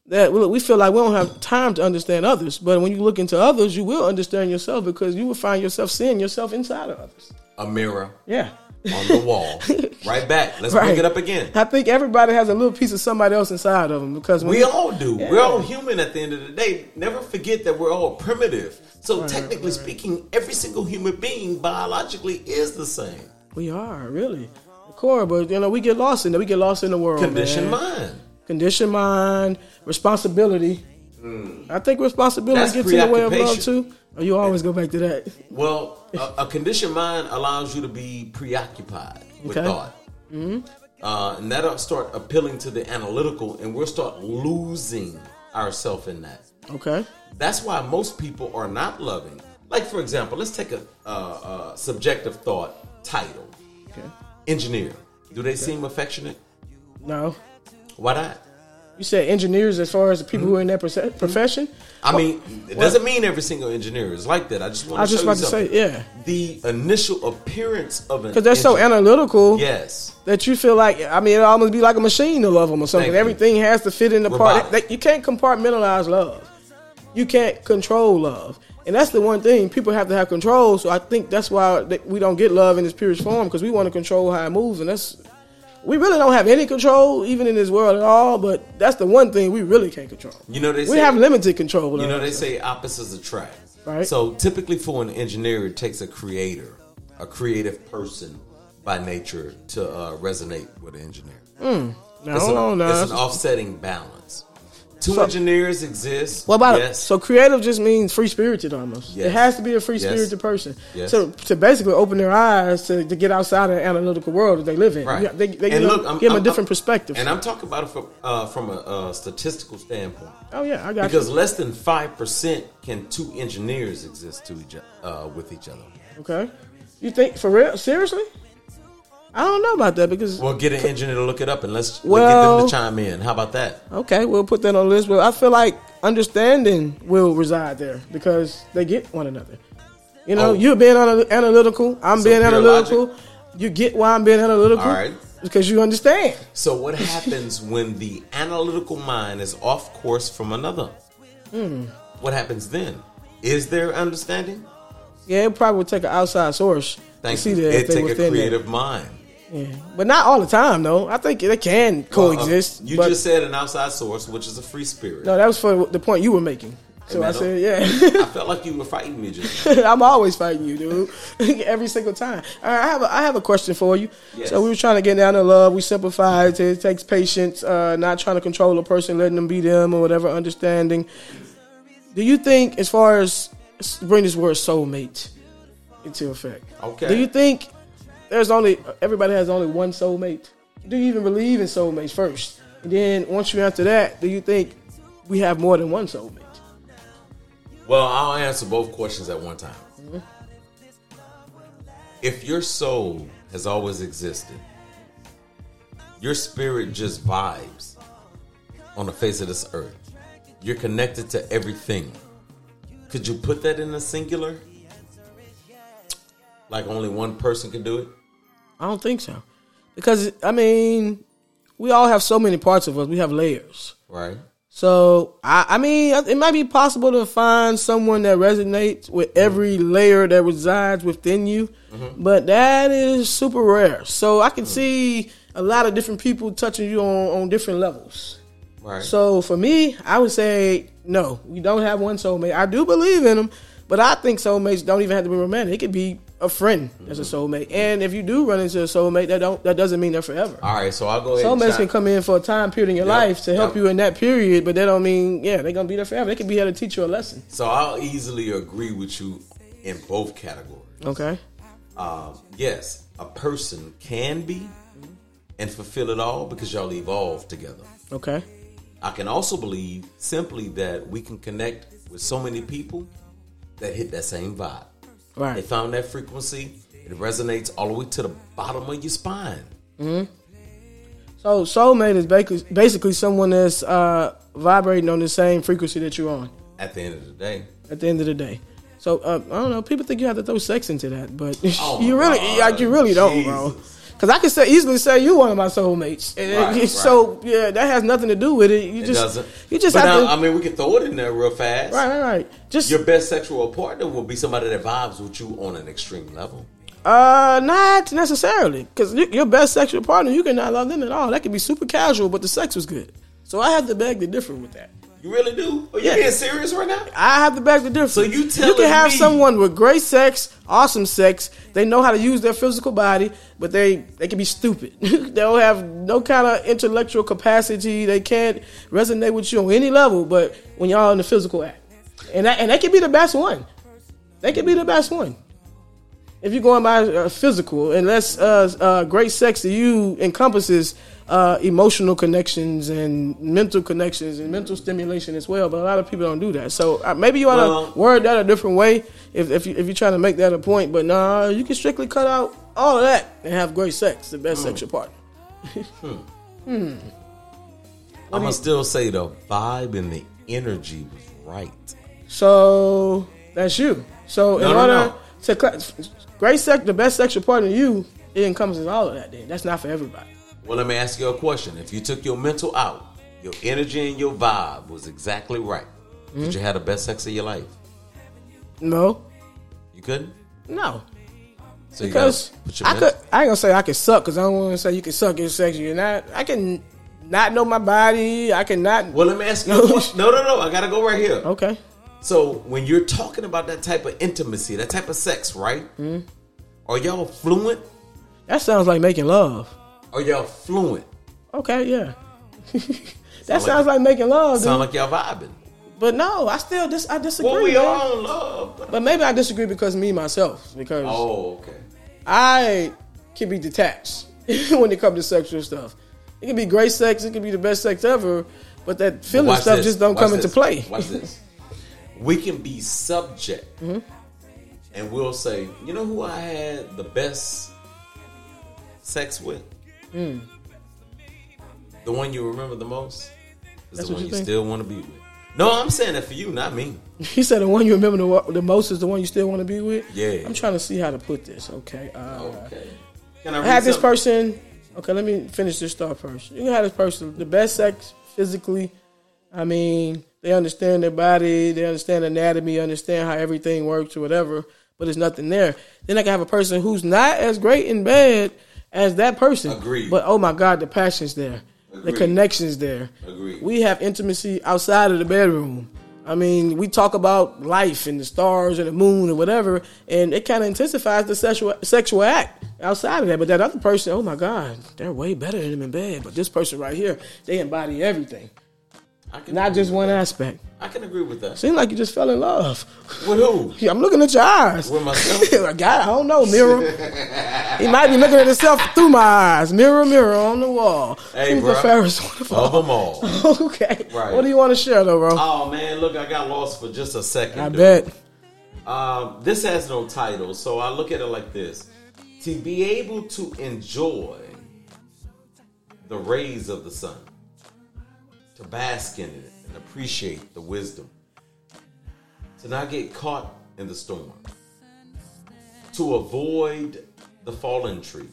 that we, we feel like we don't have time to understand others. But when you look into others, you will understand yourself because you will find yourself seeing yourself inside of others. A mirror. Yeah, on the wall. right back. Let's bring Right. it up again. I think everybody has a little piece of somebody else inside of them because when We you- all do. We're all human at the end of the day. Never forget that we're all primitive. So technically speaking, every single human being biologically is the same. we are really the core, but you know we get lost in it. We get lost in the world. Conditioned Oh, man. mind. condition mind, responsibility. I think responsibility Mm. That's gets in the way of love preoccupation. too. Oh, you always go back to that. Well, a, a conditioned mind allows you to be preoccupied with Okay. Mm-hmm. thought. Uh, and that'll start appealing to the analytical, and we'll start losing ourselves in that. Okay. That's why most people are not loving. Like, for example, let's take a, a, a subjective thought title Okay. engineer. Do they seem affectionate? No. Why not? You said engineers as far as the people who are in that proce- profession. Mm-hmm. I mean, it doesn't mean every single engineer is like that. I just want to I was just show you about to say, something. yeah, The initial appearance of an because they're so engineer- analytical Yes. that you feel like I mean, it almost be like a machine to love them or something. Thank you. Everything has to fit in the part. Robotic. That, you can't compartmentalize love. You can't control love, and that's the one thing people have to have control. So I think that's why that we don't get love in its purest form because we want to control how it moves, and that's we really don't have any control even in this world at all. But that's the one thing we really can't control. You know, they we say- have limited control. You of know, it. they say opposites attract. Right. So typically, for an engineer, it takes a creator, a creative person by nature to uh, resonate with an engineer. Now, It's, hold an, on now. it's an offsetting balance. Two So- engineers exist. What about yes. so creative just means free spirited almost. It Yes. has to be a free Yes. spirited person. Yes. So to basically open their eyes to, to get outside of the analytical world that they live in. Right. Yeah, They, they And give, look, them, I'm- give them I'm- a different I'm- perspective. And I'm talking about it from, uh, from a uh, statistical standpoint. oh yeah, I got Because less than 5% can two engineers exist to each, uh, with each other. you. Okay. You think for real? Seriously? I don't know about that because Well, get an engineer to look it up and let's we'll get them Well- to chime in. How about that? okay, we'll put that on the list. But I feel like understanding will reside there because they get one another. You know, Oh. you're being ana- analytical. I'm So being pure analytical. logic. You get why I'm being analytical. All right. Because you understand. So, what happens when the analytical mind is off course from another? Hmm. What happens then? Is there understanding? Yeah, it probably would take an outside source Thank to see you. that It if they take a within creative that. mind. Yeah. But not all the time, though. I think they can coexist. Uh, you but just said an outside source, which is a free spirit. no, that was for the point you were making. So man, I don't- said, yeah, I felt like you were fighting me just. I'm always fighting you, dude, every single time. All right, I have a, I have a question for you. Yes. So we were trying to get down to love. We simplified. It takes patience, uh, not trying to control a person, letting them be them or whatever. Understanding. Do you think, as far as bring this word soulmate into effect? Okay. Do you think there's only everybody has only one soulmate? Do you even believe in soulmates first? And then once you answer that, do you think we have more than one soulmate? Well, I'll answer both questions at one time. If your soul has always existed, your spirit just vibes on the face of this earth. You're connected to everything. Could you put that in a singular? Like only one person can do it? I don't think so. Because I mean, we all have so many parts of us. We have layers. Right? So I, I mean, it might be possible to find someone that resonates with every layer that resides within you, but that is super rare. So I can see a lot of different people touching you on, on different levels. Right. So for me, I would say no. We don't have one soulmate. I do believe in them, but I think soulmates don't even have to be romantic. It could be a friend as a soulmate. And if you do run into a soulmate, that don't that doesn't mean they're forever. All right, so I'll go ahead and Soulmates chime- can come in for a time period in your Yep, life to help yep. you in that period, but they don't mean yeah they're gonna be there forever. They could be here to teach you a lesson. So I'll easily agree with you in both categories. Okay. um, yes, a person can be and fulfill it all because y'all evolve together. Okay. I can also believe simply that we can connect with so many people that hit that same vibe. They Right. found that frequency, it resonates all the way to the bottom of your spine. So soulmate is basically basically someone that's uh, vibrating on the same frequency that you're on. At the end of the day, at the end of the day. So uh, I don't know. People think you have to throw sex into that, but Oh, you really, God. like, you really don't, bro. Jesus. Because I could say easily say you one of my soulmates, and Right, it- right. so yeah, that has nothing to do with it. You it just, doesn't. you just but have now, to, I mean, we can throw it in there real fast. right, right, right. Just Your best sexual partner will be somebody that vibes with you on an extreme level. Uh, not necessarily, because your best sexual partner, you cannot love them at all. That could be super casual, but the sex was good. So I have to beg the different with that. You really do? Are you Yeah. being serious right now? I have to beg the difference. So you you can telling have me- someone with great sex, awesome sex. They know how to use their physical body, but they they can be stupid. they don't have no kind of intellectual capacity. They can't resonate with you on any level. But when y'all in the physical act, and that, and they can be the best one. They can be the best one. If you're going by uh, physical, unless uh, uh, great sex to you encompasses uh, emotional connections and mental connections and mental stimulation as well, but a lot of people don't do that. So uh, maybe you ought Well- to word that a different way if if, you, if you're trying to make that a point. But nah, you can strictly cut out all of that and have great sex, the Mm. best sexual partner. I'm gonna still say the vibe and the energy was right. So that's you. So in No, no, order no. to cla- great sex, the best sexual partner to you, it encompasses all of that. Then that's not for everybody. Well, let me ask you a question. If you took your mental out, your energy and your vibe was exactly right. Hmm? Did you have the best sex of your life? No, You couldn't? no. So you Because gotta put your I mental- could, I ain't gonna say I can suck because I don't want to say you can suck in sex. You're not. I can not know my body. I can not. Well, let me ask you a question. No, no, no. I gotta go right here. Okay. So when you're talking about that type of intimacy, that type of sex, right? Hmm? Are y'all fluent? That sounds like making love. Are y'all fluent? Okay. Yeah. that Sound like- sounds like making love, dude. Sound like y'all vibing. but no, I still dis- I disagree. Well, we man. all in love. but- But maybe I disagree because me myself because Oh, okay. I can be detached when it comes to sexual stuff. It can be great sex. It can be the best sex ever. But that feeling Watch stuff this. just don't Watch come this. into play. Watch this. We can be subject, and we'll say, you know who I had the best sex with? The one you remember the most is That's what the you one you think? still want to be with. No, I'm saying that for you, not me. He said the one you remember the, wa- the most is the one you still want to be with. Yeah. Oh. I'm trying to see how to put this. Okay. Uh, Okay. Can I, I had this person. person. Okay, let me finish this thought first. You had this person, the best sex physically. I mean, they understand their body, they understand anatomy, understand how everything works or whatever. But there's nothing there. Then I can have a person who's not as great in bed as that person. Agreed. But oh my God, the passion's there. The Agreed. connection's there. Agreed. We have intimacy outside of the bedroom. I mean, we talk about life and the stars and the moon and whatever, and it kind of intensifies the sexual sexual act outside of that. But that other person, oh my God, they're way better than them in bed. But this person right here, they embody everything, I can not agree just with one that. aspect. I can agree with that. Seems like you just fell in love. With who? Yeah, I'm looking at your eyes. With myself? God, I don't know, mirror. he might be looking at himself through my eyes. Mirror, mirror on the wall. Hey, Who's the bruh. fairest one of all? Of them all. okay. Right. What do you want to share, though, bro? Oh man, look, I got lost for just a second. I dude. bet. Um, this has no title, so I look at it like this: to be able to enjoy the rays of the sun, to bask in it and appreciate the wisdom, to not get caught in the storm, to avoid the fallen trees,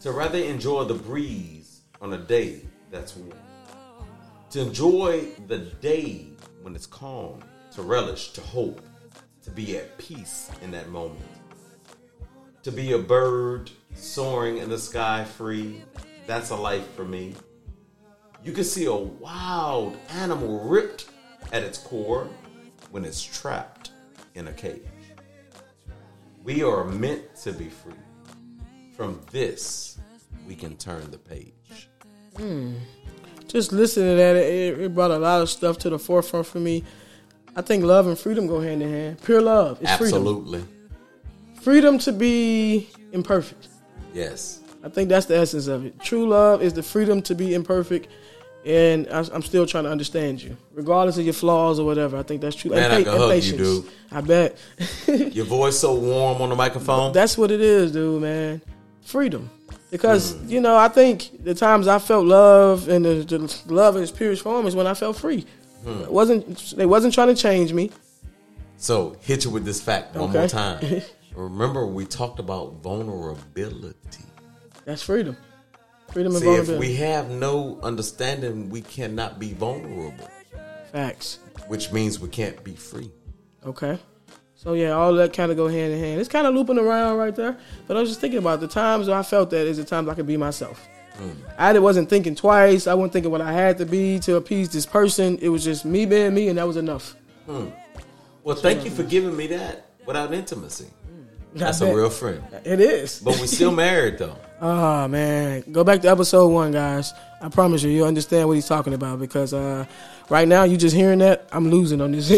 to rather enjoy the breeze on a day that's warm to enjoy the day when it's calm, to relish, to hope, to be at peace in that moment, to be a bird soaring in the sky free. That's a life for me. You can see a wild animal ripped at its core when it's trapped in a cage. We are meant to be free. From this, we can turn the page. Just listening to that, it, it brought a lot of stuff to the forefront for me. I think love and freedom go hand in hand. Pure love is freedom. Absolutely. Freedom to be imperfect. Yes. I think that's the essence of it. True love is the freedom to be imperfect, and I, I'm still trying to understand you, regardless of your flaws or whatever. I think that's true. Man, And I pa- can and hug you, patience. dude. I bet. Your voice so warm on the microphone. That's what it is, dude, man. Freedom. Because, you know, I think the times I felt love and the, the love in its purest form is when I felt free. Hmm. It wasn't they wasn't trying to change me. so hit you with this fact one Okay. more time. Remember, we talked about vulnerability. That's freedom. Freedom and See, if vulnerability. we have no understanding, we cannot be vulnerable, Facts. which means we can't be free. Okay. So yeah, all that kind of go hand in hand. It's kind of looping around right there. But I was just thinking about the times where I felt that is the times I could be myself. Hmm. I wasn't thinking twice. I wasn't thinking what I had to be to appease this person. It was just me being me, and that was enough. Well, thank you for giving me that without intimacy. That's I a bet. real friend. It is. But we still married though. Oh man, go back to episode one, guys. I promise you, you'll understand what he's talking about because uh, right now you just hearing that I'm losing on this.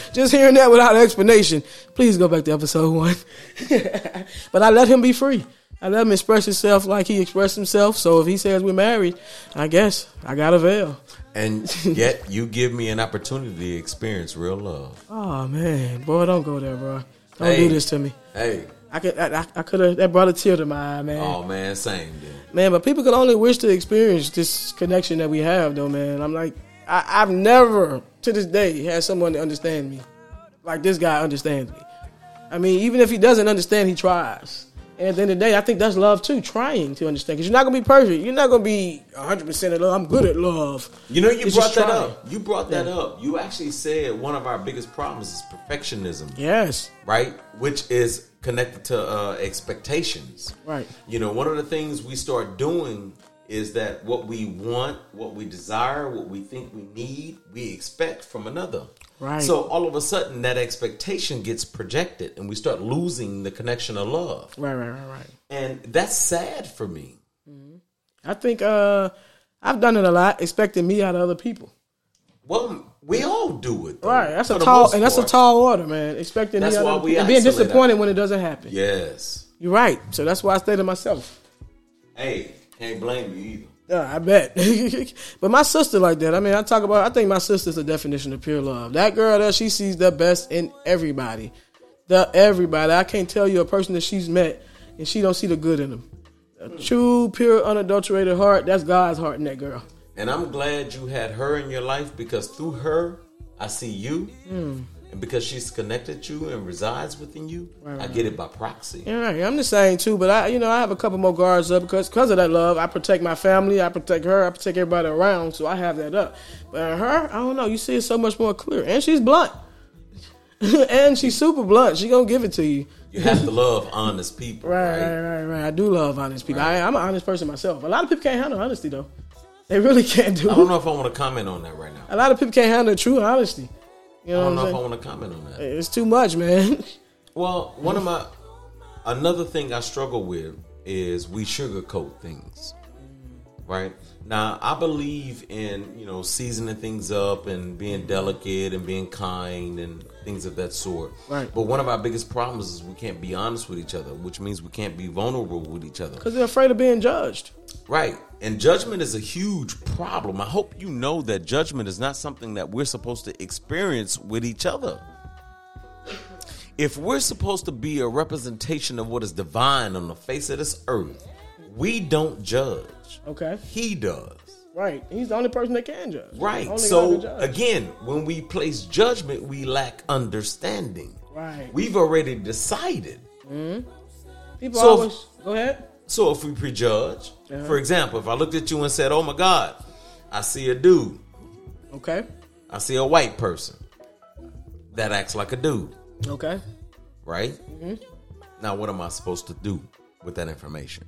just hearing that without an explanation. Please go back to episode one. but I let him be free. I let him express himself like he expressed himself. So if he says we're married, I guess I got a veil. And yet you give me an opportunity to experience real love. Oh man, boy, don't go there, bro. Don't do Hey. this to me. Hey. I could, I, I could have. That brought a tear to my eye, man. Oh man, same dude. Man, but people can only wish to experience this connection that we have, though, man. I'm like, I, I've never to this day had someone to understand me. Like this guy understands me. I mean, even if he doesn't understand, he tries. And at the end of the day, I think that's love too, trying to understand. Because you're not going to be perfect. You're not going to be 100% of love. I'm good at love. You know, you It's brought just that trying. up. You brought that up. You actually said one of our biggest problems is perfectionism, Yes. right? Which is connected to uh, expectations. Right. You know, one of the things we start doing is that what we want, what we desire, what we think we need, we expect from another. Right. So all of a sudden, that expectation gets projected, and we start losing the connection of love, Right, right, right, right. and that's sad for me. I think uh, I've done it a lot, expecting me out of other people. Well, we all do it, though, Right. That's for a the tall most and that's a part. tall order, man. Expecting That's me out why of other we people. and being isolate disappointed when it doesn't happen. Yes. You're right. So that's why I stay to myself. Hey, can't blame you either. Yeah, I bet. but my sister like that. I mean, I talk about. I think my sister's the definition of pure love. That girl that she sees the best in everybody, the everybody. I can't tell you a person that she's met and she don't see the good in them. A true, pure, unadulterated heart. That's God's heart in that girl. And I'm glad you had her in your life because through her, I see you. And because she's connected you and resides within you, I get it by proxy. Yeah, right. I'm the same too, but I, you know, I have a couple more guards up because because of that love. I protect my family, I protect her, I protect everybody around, so I have that up. But her, I don't know. You see it so much more clear, and she's blunt, and she's super blunt. She gonna give it to you. You have to love honest people, Right, right? right, right, right. I do love honest people. I, I'm an honest person myself. A lot of people can't handle honesty though. They really can't do. I it. don't know if I want to comment on that right now. A lot of people can't handle true honesty. You I know don't what I'm know if I saying? want to comment on that. It's too much, man. Well, one of my another thing I struggle with is we sugarcoat things. Right? Now, I believe in, you know, seasoning things up and being delicate and being kind and things of that sort. Right. But one of our biggest problems is we can't be honest with each other, which means we can't be vulnerable with each other. Because they're afraid of being judged. Right. And judgment is a huge problem. I hope you know that judgment is not something that we're supposed to experience with each other. If we're supposed to be a representation of what is divine on the face of this earth, we don't judge. Okay, He does. right. He's the only person that can judge. Only Right. God can So judge. again, when we place judgment, we lack understanding. Right. We've already decided. People So- always go ahead. So if we prejudge, Uh-huh. for example, if I looked at you and said, "Oh my God, I see a dude," Okay. I see a white person that acts like a dude, Okay. right? Now, what am I supposed to do with that information?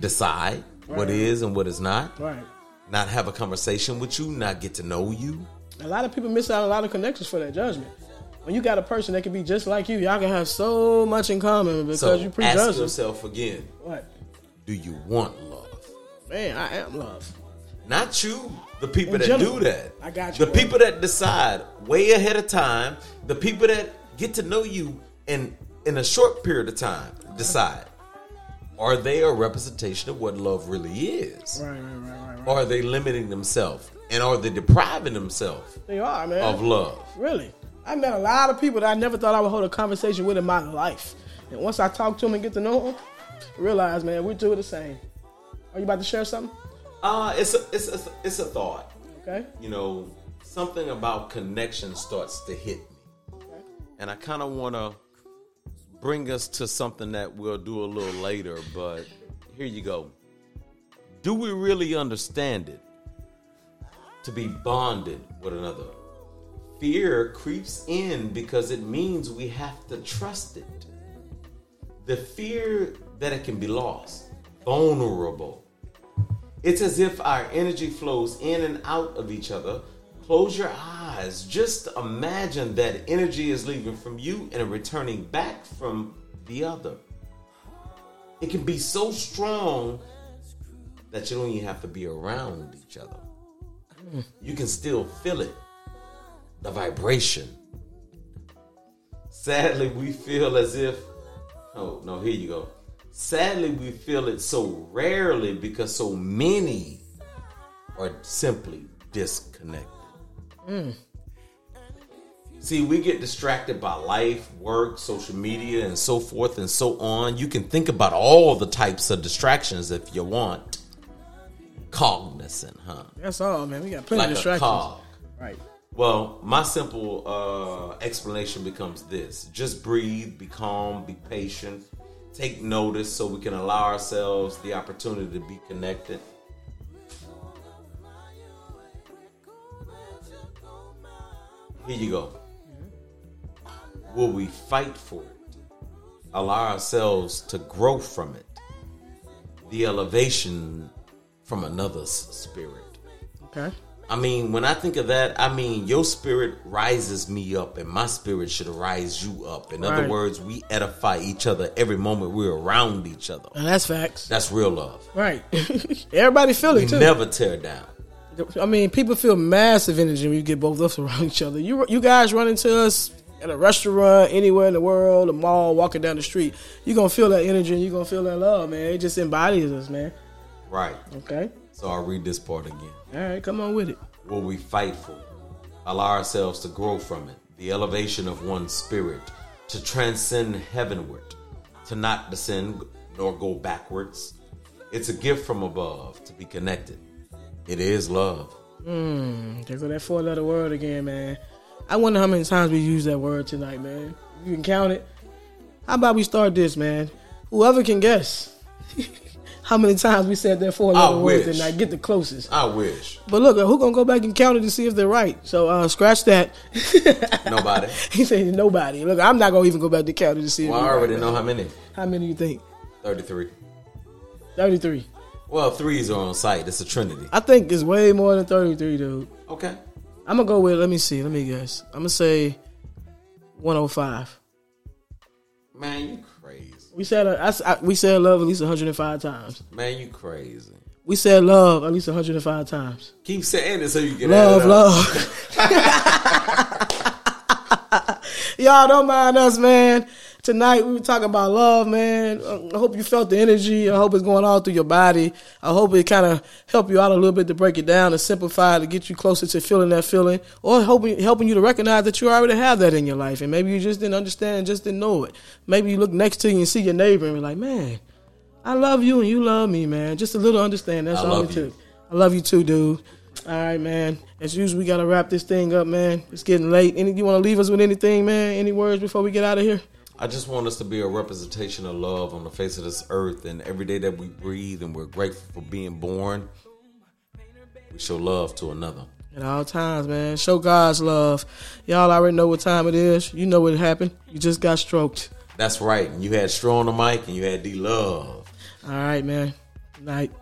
Decide what is and what is not. Right. Not have a conversation with you. Not get to know you. A lot of people miss out on a lot of connections for that judgment. When you got a person that can be just like you, y'all can have so much in common because So you ask prejudge them. yourself again: What? Do you want love? Man, I am love. Not you. The people In that general. do that. I got you, The bro. people that decide way ahead of time. The people that get to know you in in a short period of time decide. Are they a representation of what love really is? Right, right, right, right, right. Are they limiting themselves? And are they depriving themselves They are, man. of love? Really. I met a lot of people that I never thought I would hold a conversation with in my life. And once I talk to them and get to know them, realize, man, we're two of the same. Are you about to share something? Uh, it's a, it's a, it's a thought. Okay. You know, something about connection starts to hit me. And I kind of want to bring us to something that we'll do a little later, but here you go. Do we really understand it to be bonded with another? fear creeps in because it means we have to trust it. The fear that it can be lost, vulnerable. It's as if our energy flows in and out of each other. Close your eyes. Just imagine that energy is leaving from you and returning back from the other. It can be so strong that you don't even have to be around each other. You can still feel it the vibration. Sadly, we feel as if, oh no, here you go. Sadly, we feel it so rarely because so many are simply disconnected. Mm. See, we get distracted by life, work, social media, and so forth and so on. You can think about all the types of distractions if you want. Cognizant, huh? That's all, man. We got plenty Like of a distractions. cog. Right. Well, my simple uh, explanation becomes this just breathe, be calm, be patient, take notice so we can allow ourselves the opportunity to be connected. Here you go. Will we fight for it? Allow ourselves to grow from it. The elevation from another's spirit. Okay. I mean, when I think of that, I mean, your spirit rises me up, and my spirit should rise you up. In other Right. words, we edify each other every moment we're around each other. And that's facts. That's real love. Right. Everybody feel it too. Never tear down. I mean, people feel massive energy when you get both of us around each other. You you guys run into us at a restaurant, anywhere in the world, a mall, walking down the street. You're going to feel that energy and you're going to feel that love, man. It just embodies us, man. Right. Okay? So I'll read this part again. All right, come on with it. Will we fight for it? Allow ourselves to grow from it. The elevation of one's spirit, to transcend heavenward, to not descend nor go backwards. It's a gift from above to be connected. It is love. There go that four letter word again, man. I wonder how many times we use that word tonight, man. You can count it. How about we start this, man? Whoever can guess how many times we said that four letter I word wish. tonight, get the closest. I wish. But look, uh, who gonna go back and count it to see if they're right? So uh, scratch that. Nobody. he said nobody. Look, I'm not gonna even go back to count it to see. Well, if I you're already right. know how many. How many you think? 33. Thirty-three. Well, threes are on site. It's a trinity. I think it's way more than thirty-three, dude. Okay. I'm gonna go with. Let me see. Let me guess. I'm gonna say one hundred five. Man, you crazy. We said uh, I s- I- we said love at least 105 times. Man, you crazy. We said love at least 105 times. Keep saying it so you can add Love, it up. love. Y'all don't mind us, man. Tonight we were talking about love, man. Uh, I hope you felt the energy. I hope it's going all through your body. I hope it kind of helped you out a little bit to break it down and simplify to get you closer to feeling that feeling, or helping helping you to recognize that you already have that in your life, and maybe you just didn't understand, and just didn't know it. Maybe you look next to you and see your neighbor and be like, man, I love you and you love me, man. Just a little understanding. That's I all love it you. took. I love you too, dude. All right, man. As usual, we gotta wrap this thing up, man. It's getting late. Any, you want to leave us with anything, man? Any words before we get out of here? I just want us to be a representation of love on the face of this earth. And every day that we breathe and we're grateful for being born, we show love to another. At all times, man. Show God's love. Y'all already know what time it is. You know what happened. You just got stroked. That's right. And you had Straw on the mic and you had D Love. All right, man. Night.